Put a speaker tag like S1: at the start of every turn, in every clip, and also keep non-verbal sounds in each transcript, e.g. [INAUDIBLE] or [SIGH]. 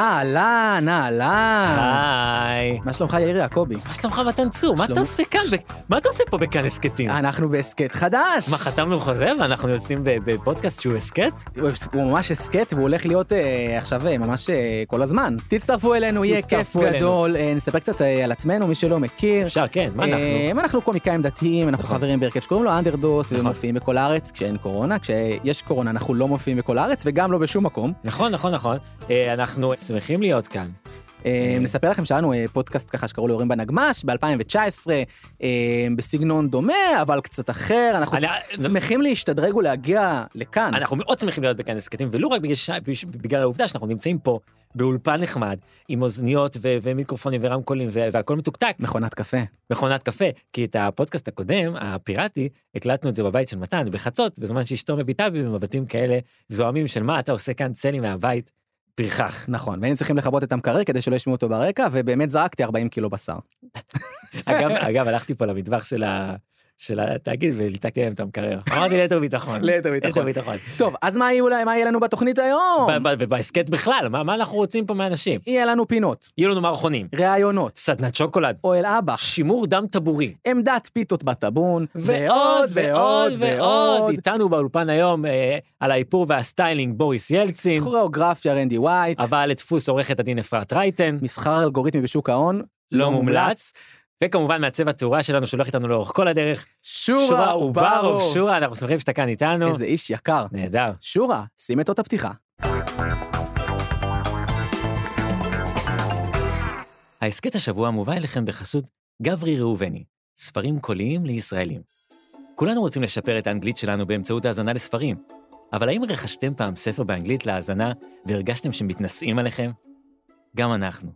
S1: אהלן,
S2: אה.
S1: אהלן.
S2: היי.
S1: מה שלומך, יאיר יעקבי?
S2: מה שלומך מתן צור? מה
S1: שלום.
S2: אתה עושה כאן? ב- מה אתה עושה פה בכאן הסכתים?
S1: אנחנו בהסכת חדש.
S2: אה. מה, חתמנו חוזה ואנחנו יוצאים ב- בפודקאסט שהוא הסכת?
S1: הוא- הוא ממש הסכת, והוא הולך להיות אה, עכשיו אה, ממש אה, כל הזמן. תצטרפו אלינו, יהיה כיף
S2: תצטרפו אלינו.
S1: גדול. אה, נספר קצת אה, על עצמנו, מי שלא מכיר.
S2: אפשר, כן, מה
S1: אה,
S2: אנחנו?
S1: אנחנו קומיקאים דתיים, אנחנו
S2: נכון.
S1: חברים בהרכב שקוראים לו אנדרדוס,
S2: נכון.
S1: ומופיעים בכל הארץ כשאין קורונה. כשיש קורונה אנחנו לא מופיעים בכל הארץ, וגם לא בשום מקום.
S2: נכון, נכון, נכון. אה, אנחנו שמחים להיות כאן.
S1: אה, נספר לכם שהיה לנו אה, פודקאסט ככה שקראו לו הורים בנגמ"ש ב-2019, אמ, בסגנון דומה, אבל קצת אחר. אנחנו
S2: אני-
S1: ש- שמחים להשתדרג ולהגיע לכאן.
S2: אנחנו מאוד שמחים להיות בכאן הסכתים, ולא רק בגלל, ש... בגלל העובדה שאנחנו נמצאים פה באולפן נחמד, עם אוזניות ו- ומיקרופונים ורמקולים ו- והכל מתוקתק,
S1: מכונת קפה.
S2: מכונת קפה, כי את הפודקאסט הקודם, הפיראטי, הקלטנו את זה בבית של מתן, בחצות, בזמן שאשתו מביטה בי במבטים כאלה זוהמים של מה אתה עושה כאן, צא לי מהבית, פרחח.
S1: נכון, והיינו צריכים לכבות את המקרר כדי שלא ישמעו אותו ברקע, ובאמת זרקתי 40 קילו בשר.
S2: אגב, אגב, הלכתי פה למטבח של ה... של התאגיד וליטקתי להם את המקרר. אמרתי ליתר ביטחון.
S1: [LAUGHS] ליתר ביטחון.
S2: ביטחון.
S1: טוב, אז מה יהיה אולי, מה יהיה לנו בתוכנית היום?
S2: ב- ב- ובהסכת בכלל, מה מה אנחנו רוצים פה מאנשים?
S1: יהיה לנו פינות,
S2: יהיו לנו מערכונים,
S1: ראיונות,
S2: סדנת שוקולד,
S1: אוהל אבא,
S2: שימור דם טבורי.
S1: עמדת פיתות בטאבון, ועוד ועוד ועוד.
S2: איתנו באולפן היום אה, על האיפור והסטיילינג בוריס ילצין,
S1: כוריאוגרפיה רנדי ווייט,
S2: אבל לדפוס עורכת הדין אפרת רייטן,
S1: מסחר אלגוריתמי בשוק ההון,
S2: לא מומלץ, וכמובן מעצב התאורה שלנו שהולך איתנו לאורך כל הדרך,
S1: שורה
S2: אוברוב.
S1: וברוב.
S2: שורה, אנחנו שמחים שאתה כאן איתנו.
S1: איזה איש יקר.
S2: נהדר.
S1: שורה, שים את אות הפתיחה.
S2: ההסכת השבוע מובא אליכם בחסות גברי ראובני, ספרים קוליים לישראלים. כולנו רוצים לשפר את האנגלית שלנו באמצעות האזנה לספרים, אבל האם רכשתם פעם ספר באנגלית להאזנה והרגשתם שמתנשאים עליכם? גם אנחנו.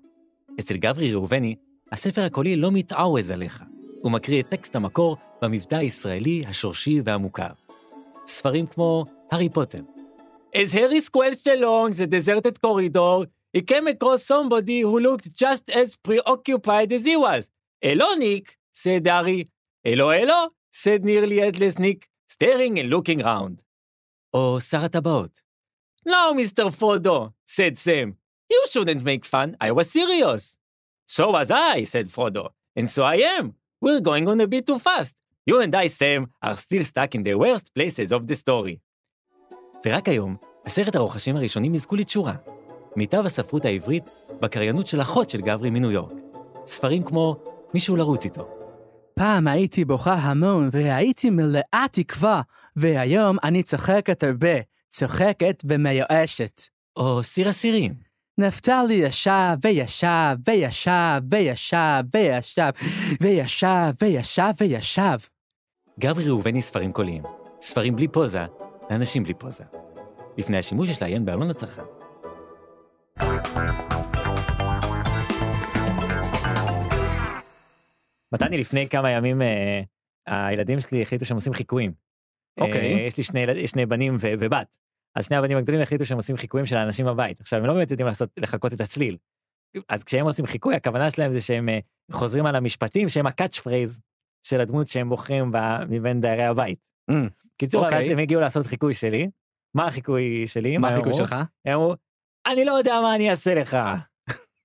S2: אצל גברי ראובני, הספר הקולי לא מתעווז עליך, הוא מקריא את טקסט המקור במבטא הישראלי, השורשי והמוכר. ספרים כמו הארי פוטר. As Harry squelched along the deserted corridor, he came across somebody who looked just as preoccupied as he was. Hello, Nick, said Harry. Hello, hello, said nearly headless Nick, staring and looking round. "Oh, או שר הטבעות. No, Mr. Frodo, said Sam. You shouldn't make fun, I was serious. So was I, said Frodo, and so I am. We're going on a bit too fast. You and I, Sam, are still stuck in the worst places of the story. ורק היום, עשרת הרוכשים הראשונים יזכו לתשורה. מיטב הספרות העברית בקריינות של אחות של גברי מניו יורק. ספרים כמו מישהו לרוץ איתו.
S1: פעם הייתי בוכה המון והייתי מלאה תקווה, והיום אני צוחקת הרבה, צוחקת ומיואשת.
S2: או סיר אסירים.
S1: נפתלי ישב וישב וישב וישב וישב וישב וישב וישב.
S2: גברי ראובני ספרים קוליים. ספרים בלי פוזה, לאנשים בלי פוזה. לפני השימוש יש לעיין בעלון לצרכן. מתני, לפני כמה ימים אה, הילדים שלי החליטו שהם עושים חיקויים.
S1: אוקיי.
S2: אה, יש לי שני, ילד- שני בנים ו- ובת. אז שני הבנים הגדולים החליטו שהם עושים חיקויים של האנשים בבית. עכשיו, הם לא באמת יודעים לעשות, לחקות את הצליל. אז כשהם עושים חיקוי, הכוונה שלהם זה שהם אה, חוזרים על המשפטים שהם הקאץ' פרייז של הדמות שהם בוחרים ב- מבין דיירי הבית.
S1: Mm,
S2: קיצור,
S1: אוקיי.
S2: אז הם הגיעו לעשות חיקוי שלי. מה החיקוי שלי?
S1: מה
S2: הם
S1: החיקוי
S2: אמרו?
S1: שלך?
S2: הם אמרו, אני לא יודע מה אני אעשה
S1: [LAUGHS]
S2: לך.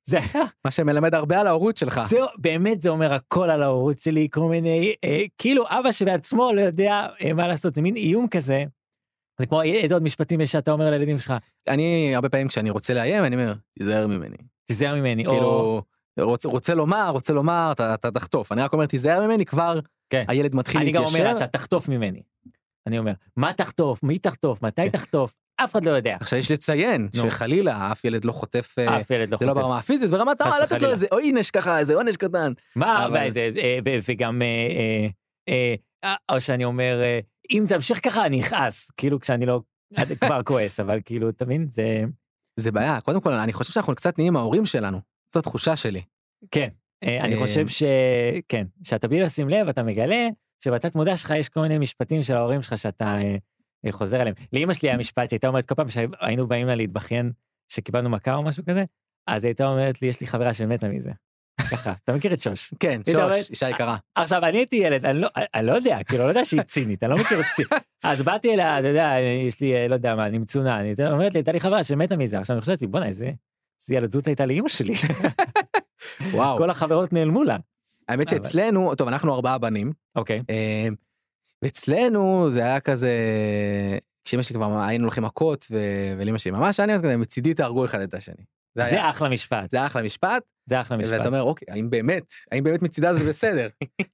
S2: זה היה
S1: מה שמלמד הרבה על ההורות שלך.
S2: זה באמת זה אומר הכל על ההורות שלי, כל מיני, אה, כאילו אבא שבעצמו לא יודע אה, מה לעשות, זה מין איום כזה. זה כמו "אה, איזה עוד משפטים יש שאתה אומר לילדים שלך,
S1: אני הרבה פעמים כשאני רוצה לאיים, אני אומר, תיזהר ממני.
S2: תיזהר ממני, או
S1: כאילו, רוצ- רוצה לומר, רוצה לומר, אתה אתה תחטוף. אני רק אומר, תיזהר ממני, כבר
S2: כן.
S1: הילד מתחיל
S2: אני גם
S1: להתיישר.
S2: אומר, אתה תחטוף ממני. אני אומר, מה תחטוף, מי תחטוף,
S1: כן.
S2: מתי תחטוף, אף אחד לא יודע.
S1: עכשיו יש לציין
S2: נו.
S1: שחלילה אף ילד לא חטף, אה,
S2: אף ילד לא
S1: זה לא
S2: חוטף.
S1: ברמה הפיזית, זה ברמת
S2: חס
S1: הרמה לתת לו
S2: וחלילה.
S1: איזה עונש ככה, איזה עונש קטן.
S2: מה,
S1: אבל-
S2: וזה- אה, ו- וגם, אה, אה, אה, אה, או שאני אומר, אה, אם תמשיך ככה אני אכעס, כאילו כשאני לא, אני כבר כועס, אבל כאילו, אתה מבין, זה,
S1: זה בעיה, קודם כל אני חושב שאנחנו קצת נהיים ההורים שלנו, זאת התחושה שלי.
S2: כן, אה, אני
S1: אה,
S2: חושב ש... כן, שאתה בלי לשים לב, אתה מגלה שבתת מודע שלך יש כל מיני משפטים של ההורים שלך שאתה אה, אה, חוזר עליהם. לאימא שלי היה משפט שהייתה אומרת כל פעם שהיינו באים לה להתבכיין שקיבלנו מכה או משהו כזה, אז היא הייתה אומרת לי, יש לי חברה שמתה מזה. ככה, אתה מכיר את שוש.
S1: כן,
S2: היא אומרת-
S1: שוש, אישה יקרה.
S2: עכשיו, אני הייתי ילד, אני לא, אני לא יודע, כאילו, לא יודע שהיא צינית, אני לא מכיר את צינית. אז באתי אליה, אתה יודע, יש לי, אה, לא יודע מה, אני מצונן, היא הייתה אומרת לי, הייתה לי חברה שמתה מזה. עכשיו, אני חושב לעצמי, בואנה, איזה... איזה ילדות הייתה לאימא שלי,
S1: וואו.
S2: כל החברות נעלמו לה.
S1: האמת
S2: אבל-
S1: שאצלנו, טוב, אנחנו ארבעה בנים,
S2: אוקיי,
S1: אה, ואצלנו זה היה כזה, כשאמא שלי כבר, היינו הולכים מכות, ו- ולאמא שלי ממש עניין, אז כזה, מצידי תהרגו אחד את השני. זה היה,
S2: זה אחלה משפט,
S1: זה היה אחלה משפט,
S2: זה אחלה משפט.
S1: ואתה אומר, אוקיי, האם באמת, האם באמת מצידה זה
S2: [LAUGHS]
S1: בסדר?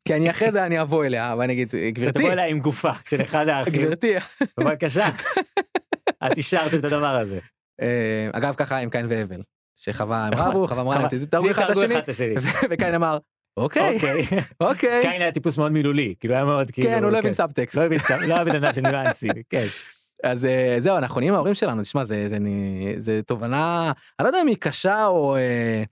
S1: כי אני אחרי זה אני אבוא אליה, ואני אגיד, גברתי,
S2: תבוא אליי עם גופה של
S1: [LAUGHS]
S2: אחד האחים,
S1: גברתי.
S2: בבקשה. את אישרת את הדבר הזה.
S1: אה, אגב, ככה עם קין והבל, שחווה הם רבו, חווה אמרה,
S2: נכון. חווה-
S1: מצידי תהרגו אחד את
S2: תהרגו
S1: השני,
S2: אחד את השני.
S1: וקין אמר, אוקיי,
S2: [LAUGHS] אוקיי.
S1: אוקיי,
S2: קין היה טיפוס מאוד מילולי, כאילו היה מאוד כאילו...
S1: כן, הוא לא הבין סאבטקסט.
S2: לא הבין סאב. לא הבין עניין של ניואנסים, כן.
S1: אז אה, זהו, אנחנו נהיים ההורים שלנו, תשמע, זה, זה, אני- זה תובנה, אני לא יודע אם היא קשה או... אה,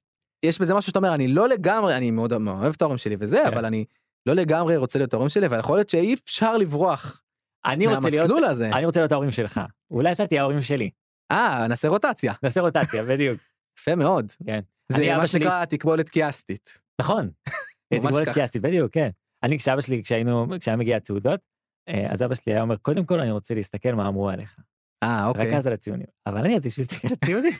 S1: יש בזה משהו שאתה אומר, אני לא לגמרי, אני מאוד מאוד אוהב את ההורים שלי וזה,
S2: כן.
S1: אבל אני לא לגמרי רוצה להיות ההורים שלי, ויכול להיות שאי אפשר לברוח
S2: אני רוצה להיות...
S1: מהמסלול הזה.
S2: אני רוצה להיות ההורים שלך. אולי אתה תהיה ההורים שלי.
S1: אה, נעשה רוטציה,
S2: נעשה רוטציה,
S1: [LAUGHS]
S2: בדיוק.
S1: יפה מאוד.
S2: כן.
S1: זה
S2: אני, אבא
S1: מה
S2: שלי-
S1: שנקרא תקבולת קיאסטית.
S2: נכון.
S1: ממש
S2: תגבולת
S1: ככה.
S2: קיאסטית, בדיוק, כן. אני, כשאבא שלי, כשהיינו, כשהיה מגיע התעודות, אה, אז אבא שלי היה אומר, קודם כל אני רוצה להסתכל מה אמרו עליך.
S1: אה,
S2: רק
S1: אוקיי.
S2: אז על הציונים. אבל אני רציתי שהוא יסתכל על הציונים.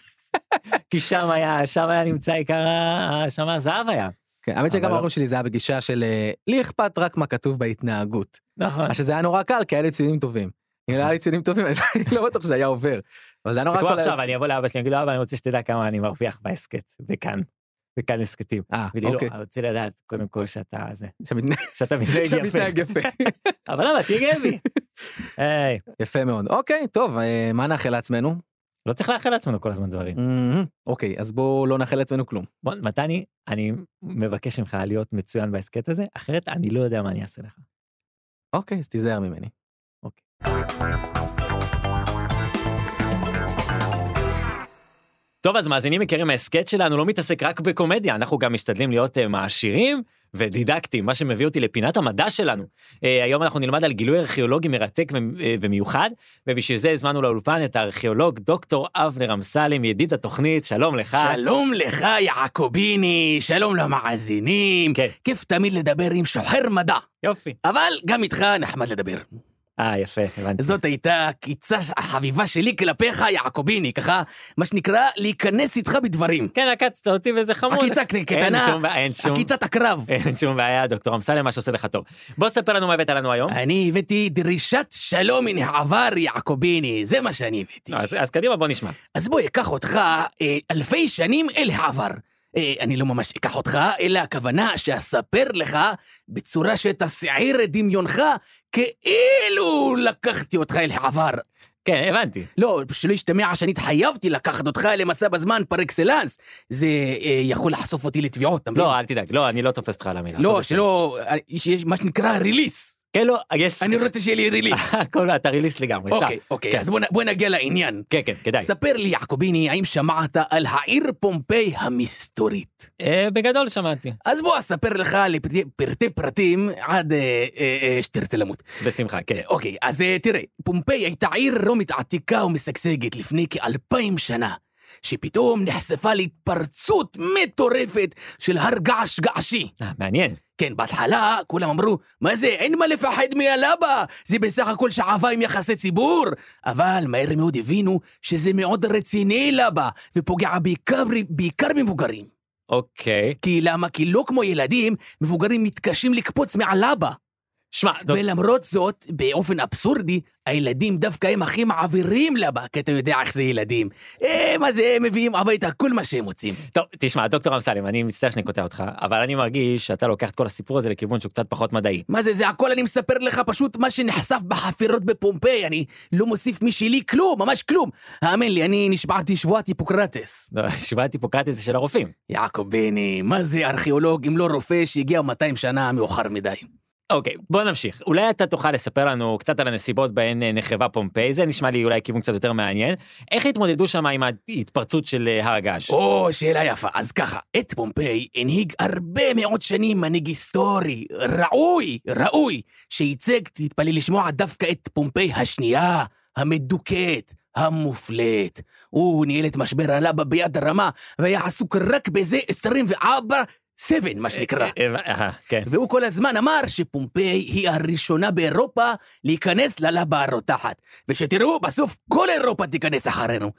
S1: [LAUGHS]
S2: כי שם היה, שם היה נמצא עיקר, ה- שם הזהב היה.
S1: כן, האמת שגם
S2: אבל לא-
S1: ההורים שלי זה היה בגישה של אה, לי אכפת רק מה כתוב בהתנהגות.
S2: נכון.
S1: אז שזה היה נורא קל, כי היה לי ציונים טובים. אם היה לי ציונים טובים, [LAUGHS] אני לא בטוח שזה היה עובר. אבל זה היה
S2: זה
S1: נורא
S2: כמו
S1: קל...
S2: עכשיו, אני אבוא לאבא שלי, אני אגיד לו, אבא, אני רוצה שתדע כמה אני מרוויח בהסכת, וכאן, וכאן הסכתים.
S1: אה,
S2: הוא יגיד לו,
S1: אוקיי.
S2: אני רוצה לדעת, קודם כל, שאתה זה,
S1: שמתנהג-
S2: [LAUGHS] שאתה מתנהג
S1: שמתנהג
S2: יפה.
S1: יפה.
S2: אבל למה, תהיה גאה
S1: [LAUGHS]
S2: בי. היי,
S1: יפה מאוד. אוקיי, טוב, אה, מה נאחל לעצמנו?
S2: לא צריך לאחל לעצמנו כל הזמן דברים.
S1: מהמם. אוקיי, אז בואו לא נאחל לעצמנו כלום.
S2: בוא, מתני, אני מבקש ממך להיות מצוין בהסכת הזה, אחרת אני לא יודע מה אני אעשה לך.
S1: אוקיי, אז תיזהר ממני.
S2: אוקיי. טוב, אז מאזינים יקרים, ההסכת שלנו לא מתעסק רק בקומדיה, אנחנו גם משתדלים להיות אה, מעשירים ודידקטים, מה שמביא אותי לפינת המדע שלנו. אה, היום אנחנו נלמד על גילוי ארכיאולוגי מרתק ו- אה, ומיוחד, ובשביל זה הזמנו לאולפן את הארכיאולוג דוקטור אבנר אמסלם, ידיד התוכנית, שלום לך.
S3: שלום לך, יעקוביני, שלום למאזינים.
S2: כן.
S3: כיף תמיד לדבר עם שוחר מדע,
S2: יופי.
S3: אבל גם איתך נחמד לדבר.
S2: אה, יפה, הבנתי.
S3: זאת הייתה הקיצה החביבה שלי כלפיך, יעקוביני, ככה, מה שנקרא, להיכנס איתך בדברים.
S2: כן, עקצת אותי וזה חמוד.
S3: עקיצה
S2: נכון. אין
S3: קטנה,
S2: שום, בעיה, אין שום,
S3: עקיצת הקרב.
S2: אין שום בעיה, דוקטור אמסלם, מה שעושה לך טוב. בוא ספר לנו מה הבאת לנו היום.
S3: אני הבאתי דרישת שלום מן העבר, יעקוביני, זה מה שאני הבאתי.
S2: אז, אז קדימה, בוא נשמע.
S3: אז בוא אקח אותך אה, אלפי שנים אל העבר. אה, אני לא ממש אקח אותך, אלא הכוונה שאספר לך בצורה שתסעיר את דמיונך כאילו לקחתי אותך אל העבר.
S2: כן, הבנתי.
S3: לא, שלא ישתמע שאני התחייבתי לקחת אותך למסע בזמן פר אקסלנס. זה אה, יכול לחשוף אותי לתביעות, אתה מבין?
S2: לא, אל תדאג, לא, אני לא תופס אותך על המילה.
S3: לא,
S2: אתה בסדר.
S3: שלא, אה, שיש מה שנקרא ריליס.
S2: כן, לא, יש...
S3: אני רוצה שיהיה לי
S2: [LAUGHS]
S3: ריליס.
S2: הכל, אתה ריליס לגמרי, סע.
S3: אוקיי, אוקיי,
S2: כן.
S3: אז בוא נ- בוא נגיע לעניין.
S2: כן, כן, כדאי.
S3: ספר לי, יעקוביני, האם שמעת על העיר פומפיי המסתורית?
S2: אה, בגדול שמעתי.
S3: אז בוא אספר לך לפרטי פרטים עד אה, אה, אה, שתרצה למות.
S2: בשמחה, כן.
S3: אוקיי, אז אה, תראה, פומפיי הייתה עיר רומית עתיקה ומשגשגת לפני כאלפיים שנה, שפתאום נחשפה להתפרצות מטורפת של הר געש געשי.
S2: אה, מעניין.
S3: כן, בהתחלה כולם אמרו, מה זה, אין מה לפחד מהלבה, זה בסך הכל שעבה עם יחסי ציבור. אבל מהר מאוד הבינו שזה מאוד רציני לבה, ופוגע בעיקר, בעיקר במבוגרים.
S2: אוקיי.
S3: כי למה? כי לא כמו ילדים, מבוגרים מתקשים לקפוץ מעל אבא.
S2: שמע, דוק-
S3: ולמרות זאת, באופן אבסורדי, הילדים דווקא הם הכי מעבירים לאבא, כי אתה יודע איך זה ילדים. אה, מה זה, הם מביאים הביתה כל מה שהם רוצים.
S2: טוב, תשמע, דוקטור אמסלם, אני מצטער שאני קוטע אותך, אבל אני מרגיש שאתה לוקח את כל הסיפור הזה לכיוון שהוא קצת פחות מדעי.
S3: מה זה, זה הכל אני מספר לך פשוט מה שנחשף בחפירות בפומפיי, אני לא מוסיף משלי כלום, ממש כלום. האמן לי, אני נשבעתי שבועת היפוקרטס.
S2: לא, [LAUGHS] שבועת היפוקרטס זה של הרופאים.
S3: יעקב בני, מה זה ארכיאולוג אם לא רופא שהגיע 200 שנה מאוחר מדי?
S2: אוקיי, בוא נמשיך. אולי אתה תוכל לספר לנו קצת על הנסיבות בהן אה, נחרבה פומפיי, זה נשמע לי אולי כיוון קצת יותר מעניין. איך התמודדו שם עם ההתפרצות של אה, הר הגעש?
S3: או, שאלה יפה. אז ככה, את פומפיי הנהיג הרבה מאוד שנים מנהיג היסטורי, ראוי, ראוי, שייצג, תתפלא לשמוע, דווקא את פומפיי השנייה, המדוכאת, המופלית. הוא ניהל את משבר הלבה ביד הרמה, והיה עסוק רק בזה 24-7, מה שנקרא.
S2: אה, אה, אה, כן.
S3: והוא כל הזמן אמר שפומפיי היא הראשונה באירופה להיכנס ללבה הרותחת, ושתראו, בסוף כל אירופה תיכנס אחרינו.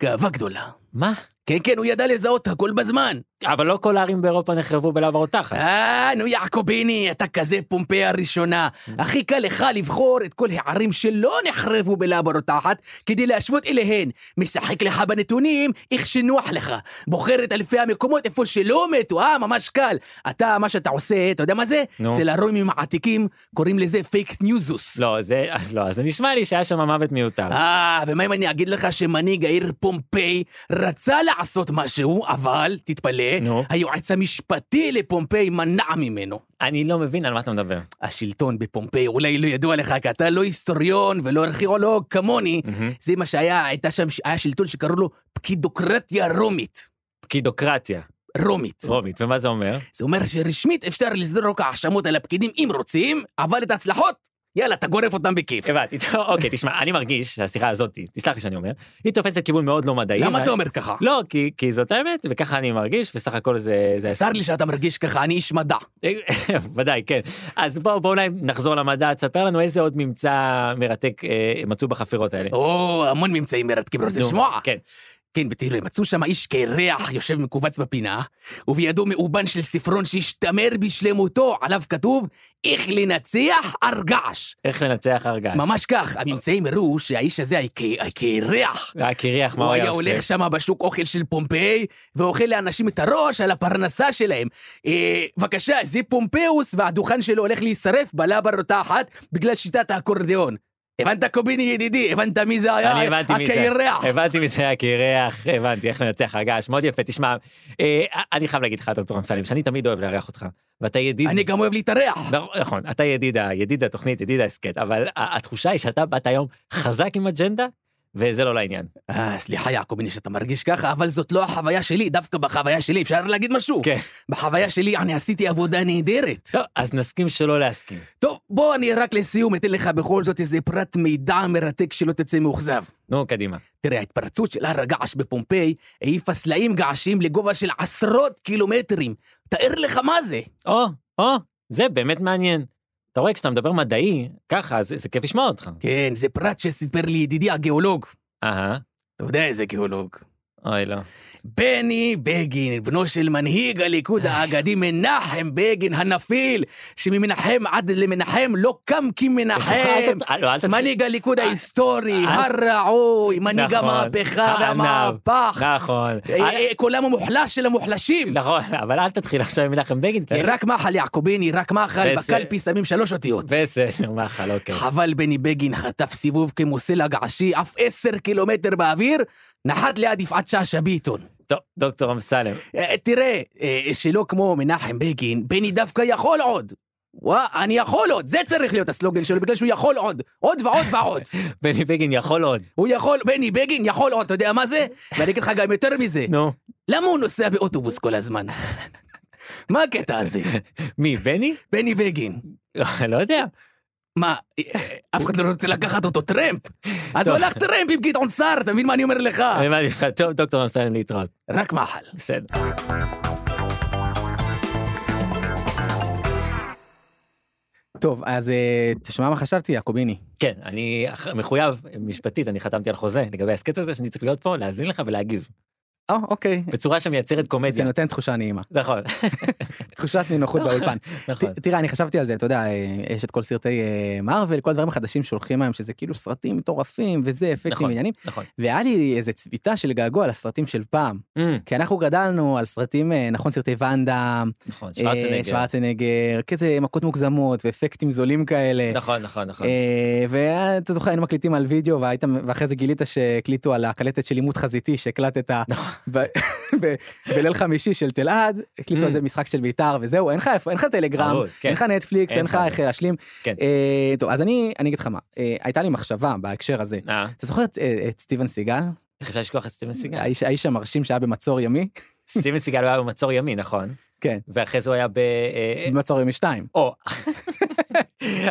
S3: גאווה גדולה.
S2: מה?
S3: כן, כן, הוא ידע לזהות הכל בזמן.
S2: אבל לא כל הערים באירופה נחרבו בלאו הרותחת.
S3: אה, נו יעקוביני, אתה כזה פומפייה ראשונה. הכי קל לך לבחור את כל הערים שלא נחרבו בלבה רותחת כדי להשוות אליהן. משחק לך בנתונים איך שנוח לך. בוחר את אלפי המקומות איפה שלא מתו, אה, ממש קל. אתה, מה שאתה עושה, אתה יודע מה זה?
S2: נו.
S3: אצל הרומים העתיקים קוראים לזה פייק ניוזוס.
S2: לא, זה, אז לא, אז זה נשמע לי שהיה שם מוות מיותר.
S3: אה, ומה אם אני אגיד לך שמנהיג העיר פומפיי רצה לעשות משהו, אבל, תתפלא,
S2: נו.
S3: היועץ המשפטי לפומפיי מנע ממנו.
S2: אני לא מבין על מה אתה מדבר.
S3: השלטון בפומפיי אולי לא ידוע לך, כי אתה לא היסטוריון ולא ארכיאולוג כמוני. זה מה שהיה, הייתה שם, היה שלטון שקראו לו פקידוקרטיה רומית.
S2: פקידוקרטיה,
S3: רומית.
S2: רומית, ומה זה אומר?
S3: זה אומר שרשמית אפשר לזרוק האשמות על הפקידים אם רוצים, אבל את ההצלחות, יאללה, אתה גורף אותם בכיף.
S2: הבנתי, [LAUGHS] טוב, אוקיי, תשמע, אני מרגיש שהשיחה הזאת, תסלח לי שאני אומר, היא תופסת כיוון מאוד לא מדעי.
S3: למה
S2: ואני-
S3: אתה אומר ככה?
S2: לא, כי, כי זאת האמת, וככה אני מרגיש, וסך הכל זה... זה...
S3: צר לי שאתה מרגיש ככה, אני איש מדע.
S2: [LAUGHS] ודאי, כן. אז בואו בוא אולי נחזור למדע, תספר לנו איזה עוד ממצא מרתק אה, מצאו בחפירות האלה.
S3: או, המון ממצאים מרתקים, רוצה
S2: נו,
S3: לשמוע?
S2: כן.
S3: כן, ותראה, מצאו שם איש קרח יושב מכווץ בפינה, ובידו מאובן של ספרון שהשתמר בשלמותו, עליו כתוב, איך לנצח הרגש.
S2: איך לנצח הר געש.
S3: ממש כך, הממצאים הראו שהאיש הזה, הק- הקרח,
S2: הקריח, מה
S3: הוא
S2: הוא היה
S3: היה
S2: עושה?
S3: הולך שם בשוק אוכל של פומפיי, ואוכל לאנשים את הראש על הפרנסה שלהם. אה, בבקשה, זה פומפיוס, והדוכן שלו הולך להישרף בלבה רותחת בגלל שיטת האקורדיאון. הבנת, קוביני ידידי? הבנת מי זה היה?
S2: אני הבנתי מי זה.
S3: הקרח.
S2: הבנתי מי זה היה קירח, הבנתי איך לנצח הגעש, מאוד יפה, תשמע, אה, אני חייב להגיד לך, דוקטור אמסלם, שאני תמיד אוהב לארח אותך, ואתה ידיד...
S3: אני גם אוהב להתארח.
S2: נכון, נכון, אתה ידיד, ה- ידיד התוכנית, ידיד ההסכת, אבל ה- התחושה היא שאתה באת היום חזק עם אג'נדה, וזה לא לעניין.
S3: אה, סליחה, יעקוביני, שאתה מרגיש ככה, אבל זאת לא החוויה שלי, דווקא בחוויה שלי, אפשר להגיד משהו?
S2: כן.
S3: בחוויה שלי אני עשיתי עבודה נהדרת.
S2: טוב, אז נסכים שלא להסכים.
S3: טוב, בוא אני רק לסיום אתן לך בכל זאת איזה פרט מידע מרתק שלא תצא מאוכזב.
S2: נו, קדימה.
S3: תראה, ההתפרצות של הר הגעש בפומפיי העיפה סלעים געשים לגובה של עשרות קילומטרים. תאר לך מה זה.
S2: או, או, זה באמת מעניין. אתה רואה, כשאתה מדבר מדעי, ככה, זה, זה כיף לשמוע אותך.
S3: כן, זה פרט שסיפר לי ידידי הגיאולוג.
S2: אהה,
S3: אתה יודע איזה גיאולוג.
S2: אוי, לא.
S3: בני בגין, בנו של מנהיג
S2: אה.
S3: הליכוד האגדי מנחם בגין הנפיל, שממנחם עד למנחם לא קם כמנחם.
S2: אל- לא, אל תתחיל.
S3: מנהיג הליכוד ההיסטורי,
S2: אה,
S3: הראוי, מנהיג
S2: נכון,
S3: המהפכה
S2: הענב,
S3: והמהפך,
S2: נכון.
S3: אה,
S2: אל-
S3: אה, קולם המוחלש של המוחלשים.
S2: נכון, אבל אל תתחיל עכשיו עם מנחם בגין, כי...
S3: כן. רק מחל יעקוביני, רק מחל,
S2: בסדר.
S3: בקלפי שמים שלוש אותיות.
S2: בסדר, מאכל, אוקיי.
S3: חבל בני בגין חטף סיבוב כמו סלע געשי, עף עשר קילומטר באוויר, נחת ליד יפעת שאשא ביטון.
S2: טוב, דוקטור אמסלם,
S3: אה, תראה, אה, שלא כמו מנחם בגין, בני דווקא יכול עוד. וואה, אני יכול עוד, זה צריך להיות הסלוגן שלו, בגלל שהוא יכול עוד. עוד ועוד ועוד.
S2: בני בגין יכול עוד.
S3: הוא יכול, בני בגין יכול עוד, אתה יודע מה זה? ואני אגיד לך גם יותר מזה,
S2: נו,
S3: למה הוא נוסע באוטובוס כל הזמן? מה הקטע הזה?
S2: מי, בני?
S3: בני בגין.
S2: לא יודע.
S3: מה, אה, אף אחד לא רוצה לקחת אותו טרמפ? אז הוא
S2: טוב.
S3: הלך טרמפ עם גדעון סער, אתה מבין מה אני אומר לך?
S1: אה,
S2: אני הבנתי אותך. טוב, דוקטור אמסלם, להתראות.
S3: רק מחל.
S2: בסדר.
S1: טוב, אז אה, תשמע מה חשבתי, יעקוביני.
S2: כן, אני אח- מחויב משפטית, אני חתמתי על חוזה לגבי ההסכת הזה, שאני צריך להיות פה, להאזין לך ולהגיב.
S1: או, אוקיי.
S2: בצורה שמייצרת
S1: זה
S2: קומדיה.
S1: נותן תחושה נעימה.
S2: נכון,
S1: תחושת נינוחות באולפן.
S2: נכון.
S1: ת- תראה, אני חשבתי על זה, אתה יודע, אה, יש את כל סרטי אה, מארוול, כל הדברים החדשים שהולכים היום, שזה כאילו סרטים מטורפים, וזה, אפקטים,
S2: נכון.
S1: עניינים.
S2: נכון.
S1: והיה לי איזו צביטה של געגוע לסרטים של פעם.
S2: אמ,
S1: כי אנחנו גדלנו על סרטים, אה, נכון, סרטי ואנדאם,
S2: נכון,
S1: אה,
S2: שוורצנגר.
S1: שוורצנגר, כזה מכות מוגזמות ואפקטים זולים כאלה.
S2: נכון, נכון, נכון.
S1: אה,
S2: נכון.
S1: ואתה זוכר, היינו מקליטים על וידאו, והיית- ואחרי זה גילית שהקליטו על הקלטת של עימות חזיתי, שהקלטת ב- ב- בליל חמישי של תלעד, הקליטו
S2: Mm.
S1: על זה משחק של בית"ר וזהו, אין לך איפה- אין לך טלגרם,
S2: חרוד, כן.
S1: אין לך נטפליקס,
S2: אין
S1: אין לך
S2: לך זה.
S1: איך להשלים.
S2: כן.
S1: אה, טוב, אז אני אני אגיד לך מה, אה, הייתה לי מחשבה בהקשר הזה.
S2: אה,
S1: אתה זוכר את, אה, את סטיבן סיגל?
S2: איך אפשר לשכוח את סטיבן סיגל?
S1: האיש האיש המרשים שהיה במצור ימי?
S2: סטיבן סיגל היה במצור ימי, נכון?
S1: כן.
S2: ואחרי זה הוא היה ב... אה,
S1: במצור ימי 2.
S2: או. [LAUGHS]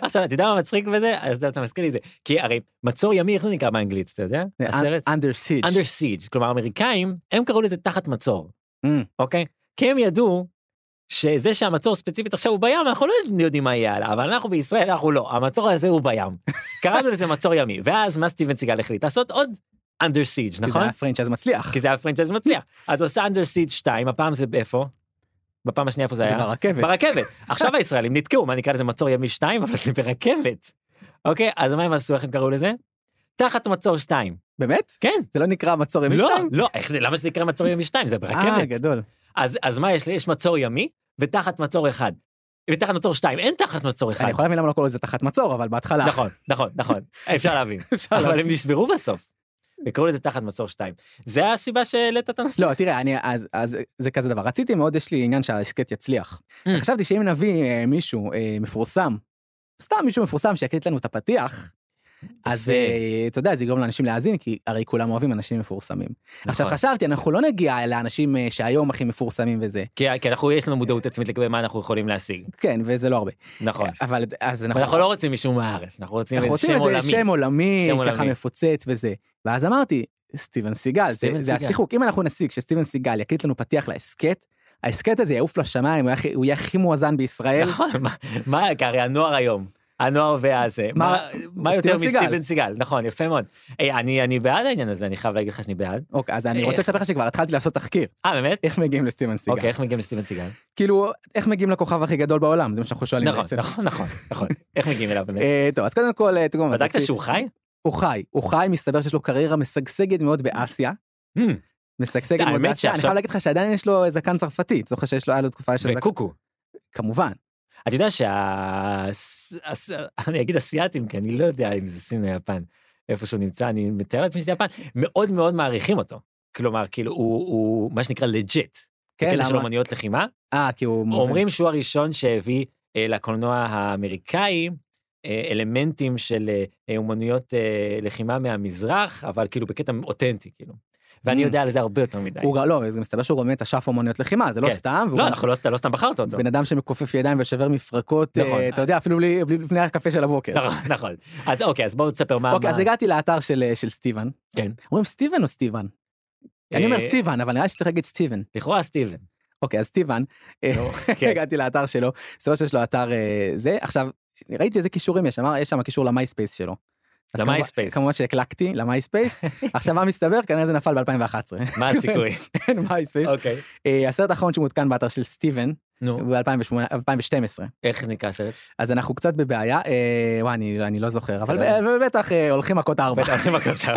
S2: עכשיו, אתה יודע מה מצחיק בזה? אז אתה מזכיר לי את זה. כי הרי מצור ימי, איך זה נקרא באנגלית, אתה יודע?
S1: אה,
S2: הסרט?
S1: Under Siege.
S2: under siege. כלומר, האמריקאים, הם קראו לזה תחת מצור,
S1: Mm.
S2: אוקיי? כי הם ידעו שזה שהמצור ספציפית עכשיו הוא בים, אנחנו לא יודעים מה יהיה עליו, אבל אנחנו בישראל, אנחנו לא. המצור הזה הוא
S1: [LAUGHS]
S2: בים. קראנו לזה מצור ימי. ואז מה סטיבן סיגל החליט? לעשות עוד under siege,
S1: כי זה
S2: נכון?
S1: היה פרינצ'אז מצליח.
S2: כי זה היה פרנצ'ייז מצליח. אז הוא עשה under siege 2, הפעם זה באיפה? בפעם השנייה איפה זה
S1: זה
S2: היה?
S1: ברכבת. [LAUGHS]
S2: ברכבת. עכשיו הישראלים נתקעו, מה נקרא לזה מצור ימי 2, אבל זה ברכבת. אוקיי, אז מה הם עשו, איך הם קראו לזה? תחת מצור 2.
S1: באמת?
S2: כן.
S1: זה לא נקרא מצור ימי
S2: לא,
S1: 2?
S2: לא, איך זה, למה שזה יקרה מצור ימי 2? זה
S1: אה,
S2: ברכבת.
S1: גדול.
S2: אז, אז מה יש לי? יש מצור ימי, ותחת מצור אחד. ותחת מצור 2, אין תחת מצור אחד.
S1: אני יכול להבין למה לא קוראים לזה תחת מצור, אבל בהתחלה.
S2: נכון, נכון,
S1: [LAUGHS]
S2: נכון, אפשר להבין.
S1: אפשר
S2: אבל
S1: להבין.
S2: הם נשברו בסוף. וקראו לזה תחת מצור 2. זה הסיבה שהעלית את הנושא.
S1: לא, תראה, אני, אז, אז זה כזה דבר. רציתי מאוד, יש לי עניין שההסכת יצליח.
S2: Mm.
S1: חשבתי שאם נביא אה, מישהו אה, מפורסם, סתם מישהו מפורסם שיקליט לנו את הפתיח, אז
S2: יפה.
S1: אה, אתה יודע, זה יגרום לאנשים להאזין, כי הרי כולם אוהבים אנשים מפורסמים. עכשיו
S2: נכון.
S1: חשבתי, אנחנו לא נגיע לאנשים אה, שהיום הכי מפורסמים וזה.
S2: כי, כי אנחנו, יש לנו מודעות עצמית לגבי מה אנחנו יכולים להשיג.
S1: כן, וזה לא הרבה.
S2: נכון.
S1: אבל אז אנחנו...
S2: אנחנו לא רוצים מישהו מהארץ, אנחנו רוצים
S1: אנחנו
S2: איזה
S1: רוצים
S2: שם עולמי.
S1: איזה שם עולמי,
S2: שם
S1: ככה
S2: עולמי.
S1: מפוצץ וזה. ואז אמרתי, סטיבן סיגל, זה-
S2: סטיבן
S1: זה
S2: סיגל.
S1: השיחוק. אם אנחנו נשיג שסטיבן סיגל יקליט לנו פתיח להסכת, ההסכת הזה יעוף לשמיים, הוא יהיה הכי- הוא יהיה הכי מואזן בישראל.
S2: נכון, מה- מה, כי הרי הנוער היום, הנוער והזה,
S1: מה-
S2: מה- מה יותר
S1: סטיבן סיגל.
S2: מסטיבן סיגל, נכון, יפה מאוד. היי, אני אני בעד העניין הזה, אני חייב להגיד לך שאני בעד.
S1: אוקיי, אז אני
S2: איך?
S1: רוצה לספר לך שכבר התחלתי לעשות תחקיר,
S2: אה, באמת?
S1: איך מגיעים לסטיבן
S2: אוקיי,
S1: סיגל.
S2: איך מגיעים לסטיבן סיגל?
S1: כאילו, איך מגיעים לכוכב הכי גדול בעולם, זה מה שאנחנו שואלים
S2: נכון,
S1: בעצם.
S2: נכון, נכון,
S1: [LAUGHS]
S2: נכון. איך מגיעים אליו באמת?
S1: אה, טוב, אז קודם כל, אה, תראו,
S2: בדקת
S1: תעשי-
S2: שהוא חי?
S1: הוא חי, הוא חי, מסתבר שיש לו קריירה משגשגת מאוד באסיה. אה,
S2: Hmm,
S1: משגשגת מאוד
S2: האמת
S1: באסיה. אני
S2: שעכשיו-
S1: חייב להגיד לך שעדיין יש לו זקן צרפתי, אתה זוכר שיש לו, היה לו תקופה של זקן,
S2: וקוקו.
S1: כמובן.
S2: אתה יודע שה... הס- אני אגיד אסיאתים, כי אני לא יודע אם זה סין או יפן, איפה שהוא נמצא, אני מתאר לעצמי שזה יפן, מאוד מאוד מעריכים אותו. כלומר, כאילו, הוא- הוא מה שנקרא לג'יט.
S1: כן,
S2: בקטע של
S1: למה?
S2: אומנויות לחימה.
S1: אה, כי הוא... מוביל.
S2: אומרים שהוא הראשון שהביא אה, לקולנוע האמריקאי אה, אלמנטים של אה, אה, אומנויות אה, לחימה מהמזרח, אבל כאילו בקטע אותנטי, כאילו. ואני
S1: Mm.
S2: יודע על זה הרבה יותר מדי.
S1: הוא גם, לא, זה מסתבר שהוא גם באמת אשף אומנויות לחימה, זה לא
S2: כן.
S1: סתם. והוא
S2: לא,
S1: גם
S2: אנחנו לא סתם- לא סתם בחרת אותו.
S1: בן אדם שמכופף ידיים ושובר מפרקות, אה,
S2: נכון.
S1: אתה יודע, אפילו בלי- בלי- לפני הקפה של הבוקר.
S2: נכון, נכון. אז אוקיי, אז בואו תספר מה...
S1: אוקיי,
S2: מה-
S1: אז הגעתי לאתר של אה, של סטיבן.
S2: כן.
S1: אומרים סטיבן או סטיבן? אני אומר
S2: אה,
S1: סטיבן, אבל נראה שצריך להגיד סטיבן.
S2: לכאורה סטיבן.
S1: [LAUGHS] אוקיי, אז סטיבן, אה,
S2: נו, כן.
S1: הגעתי לאתר שלו, מסתבר שיש לו אתר אה, זה. עכשיו, ראיתי איזה כישורים יש, אמר, יש שם קישור למייספייס שלו. אז כמובן-
S2: למייספייס.
S1: כמובן שהקלקתי
S2: [LAUGHS]
S1: למייספייס. עכשיו, מה מסתבר? כנראה זה נפל ב-2011. [LAUGHS]
S2: כן, מה הסיכוי?
S1: אין מייספייס.
S2: אוקיי.
S1: אה, הסרט האחרון שמותקן באתר של סטיבן,
S2: נו,
S1: ב-2012.
S2: איך
S1: [LAUGHS]
S2: נקרא הסרט?
S1: אז אנחנו קצת בבעיה, אה, וואי, אני, אני לא זוכר, אבל
S2: אתה
S1: ב- בטח אה, הולכים מכות ארבע.
S2: בטח, הולכים הכותב.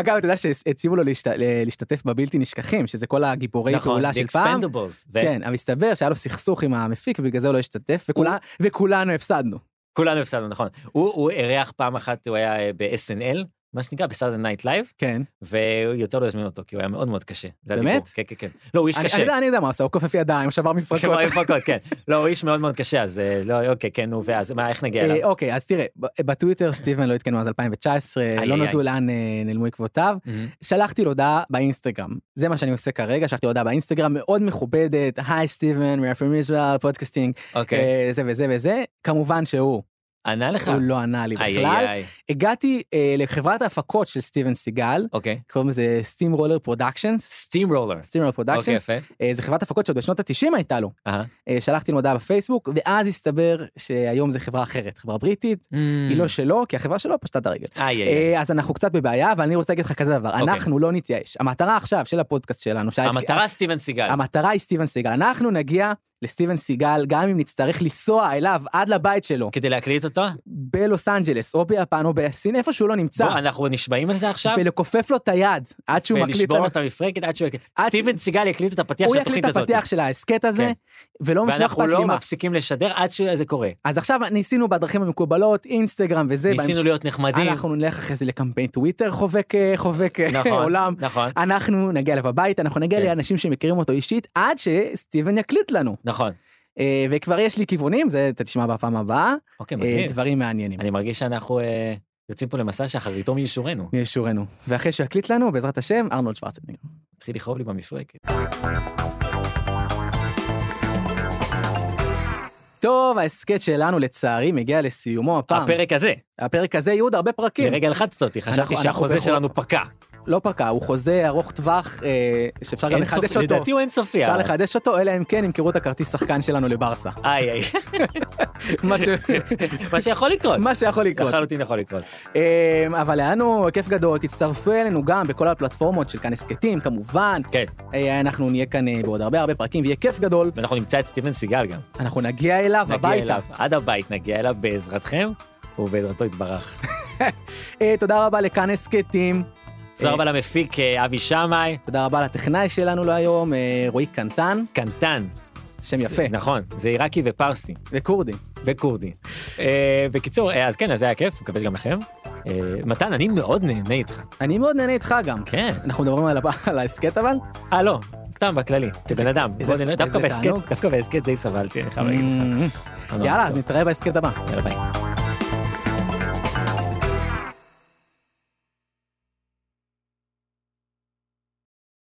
S1: אגב, אתה יודע שהציעו לו להשת, ל- להשתתף בבלתי נשכחים, שזה כל הגיבורי
S2: נכון,
S1: פעולה
S2: The
S1: של פעם.
S2: Expendables. כן.
S1: כן, אבל הסתבר שהיה לו סכסוך עם המפיק, ובגלל זה הוא לא השתתף, וכולה, וכולנו הפסדנו.
S2: כולנו הפסדנו, נכון. הוא הוא אירח פעם אחת, הוא היה אה, ב-SNL, מה שנקרא, בסאדה נייט לייב,
S1: כן.
S2: ויותר לא הזמינו אותו, כי הוא היה מאוד מאוד קשה. זה
S1: באמת?
S2: הדיבור. כן, כן, כן. לא, הוא איש
S1: אני, אני, אוקיי.
S2: קשה.
S1: יודע, אני יודע מה הוא עשה, הוא כופף ידיים, הוא שבר מפרקות.
S2: [LAUGHS] שמע מפקות, כן. לא, הוא איש מאוד מאוד קשה, אז אה, לא, אוקיי, כן, נו, ואז מה, איך נגיע
S1: אה,
S2: אליו?
S1: אוקיי, אז תראה, ב- בטוויטר סטיבן לא עדכנו אז 2019,
S2: איי,
S1: לא
S2: איי,
S1: נודעו לאן אה, נעלמו עקבותיו.
S2: מהמם.
S1: שלחתי לו הודעה באינסטגרם, זה מה שאני עושה כרגע, שלחתי לו הודעה באינסטגרם מאוד מכובדת, היי סטיבן, we are from Israel, פודקאסטינג,
S2: אוקיי.
S1: אה, זה וזה וזה, כמובן שהוא,
S2: ענה לך?
S1: הוא לא ענה לי
S2: איי,
S1: בכלל.
S2: איי, איי.
S1: הגעתי אה, לחברת ההפקות של סטיבן סיגל,
S2: אוקיי.
S1: קוראים לזה סטים רולר פרודקשנס,
S2: סטים רולר.
S1: סטים רולר
S2: אוקיי,
S1: פרודקשנס,
S2: יפה.
S1: זו אה, חברת הפקות שעוד בשנות ה-90 הייתה לו.
S2: אהה.
S1: אה, שלחתי לו הודעה בפייסבוק, ואז הסתבר שהיום זו חברה אחרת, חברה בריטית, היא
S2: Mm.
S1: לא שלו, כי החברה שלו פשטה את הרגל.
S2: איי, איי, איי.
S1: אה, אז אנחנו קצת בבעיה, אבל אני רוצה להגיד לך כזה דבר,
S2: אוקיי.
S1: אנחנו לא נתייאש. המטרה עכשיו של הפודקאסט שלנו, שההצ-
S2: המטרה סטיבן סיגל.
S1: המטרה היא סטיבן סיגל. אנחנו נגיע לסטיבן סיגל, גם אם נצטרך לנסוע אליו עד לבית שלו,
S2: כדי להקליט אותו?
S1: בלוס אנג'לס, או ביפן, או בסין, איפה שהוא לא נמצא,
S2: בוא, אנחנו נשבעים על זה עכשיו,
S1: ולכופף לו את היד עד שהוא מקליט
S2: ולשבור
S1: לנו.
S2: לו את המפרקת עד שהוא יקליט.
S1: עד ש-
S2: סטיבן סיגל יקליט את הפתיח
S1: הוא
S2: של
S1: יקליט
S2: התוכנית
S1: את
S2: הזאת.
S1: הפתיח של ההסכת הזה,
S2: כן.
S1: ולא ממש לא
S2: ואנחנו
S1: אכפת לי
S2: לא
S1: מה.
S2: מפסיקים לשדר עד שזה קורה.
S1: אז עכשיו ניסינו בדרכים המקובלות, אינסטגרם וזה,
S2: ניסינו
S1: בהמשך-
S2: להיות נחמדים.
S1: אנחנו נלך אחרי זה לקמפיין טוויטר חובק אה, חובק אה, [LAUGHS]
S2: נכון,
S1: עולם.
S2: נכון,
S1: אנחנו נגיע אליו הביתה, אנחנו נגיע
S2: כן.
S1: לאנשים שמכירים אותו אישית, עד שסטיבן יקליט לנו.
S2: נכון.
S1: אה, וכבר יש לי כיוונים, זה אתה תשמע בפעם הבאה,
S2: אוקיי,
S1: אה,
S2: מגניב.
S1: דברים מעניינים.
S2: אני מרגיש שאנחנו אה, יוצאים פה למסע שאחריתו מישורנו.
S1: מישורנו. ואחרי שיקליט לנו, בעזרת השם, ארנולד שוורצנגר.
S2: התחיל לכאוב לי במפרקת.
S1: טוב, ההסכת שלנו לצערי מגיע לסיומו הפעם.
S2: הפרק הזה,
S1: הפרק הזה יהיו עוד הרבה פרקים.
S2: לרגע לחצת אותי, חשבתי
S1: כן. אנחנו- אנחנו
S2: שהחוזה
S1: בכל-
S2: שלנו פקע.
S1: לא פקע, הוא חוזה ארוך טווח אה, שאפשר גם
S2: אינסופי,
S1: לחדש אותו.
S2: לדעתי הוא אינסופי.
S1: אפשר
S2: אבל.
S1: לחדש אותו, אלא אם כן ימכרו את הכרטיס שחקן שלנו לברסה.
S2: איי,
S1: [LAUGHS]
S2: איי.
S1: מה ש-
S2: [LAUGHS] מה שיכול לקרות.
S1: מה שיכול לקרות.
S2: לחלוטין יכול לקרות.
S1: אה, אבל היה לנו כיף גדול, תצטרפו אלינו גם בכל הפלטפורמות של כאן הסכתים, כמובן.
S2: כן,
S1: אה, אנחנו נהיה כאן אה, בעוד הרבה הרבה פרקים, ויהיה כיף גדול.
S2: ואנחנו נמצא את סטיבן סיגל גם.
S1: אנחנו נגיע אליו
S2: נגיע
S1: הביתה.
S2: אליו, עד הבית נגיע אליו בעזרתכם, ובעזרתו יתברך.
S1: אה, תודה רבה לכאן הסכתים.
S2: תודה
S1: אה,
S2: רבה למפיק אה, אבי שמאי,
S1: תודה רבה לטכנאי שלנו להיום, אה, רועי קנטן,
S2: קנטן.
S1: זה שם יפה,
S2: זה- נכון, זה עיראקי ופרסי.
S1: וכורדי.
S2: וכורדי. אה, בקיצור, אה, אז כן, אז זה היה כיף, מקווה שגם לכם. אה, מתן, אני מאוד נהנה איתך.
S1: אני מאוד נהנה איתך גם.
S2: כן.
S1: אנחנו מדברים על הבא- [LAUGHS] על ההסכת אבל?
S2: אה, לא, סתם בכללי, כבן אדם.
S1: איזה-
S2: מאוד נהנה- דווקא
S1: איזה
S2: בהסכת,
S1: תענוג.
S2: דווקא בהסכת די סבלתי, אני חייב להגיד לך.
S1: Mm,
S2: אבל-
S1: יאללה, אז נתראה בהסכת הבא.
S2: יאללה, ביי.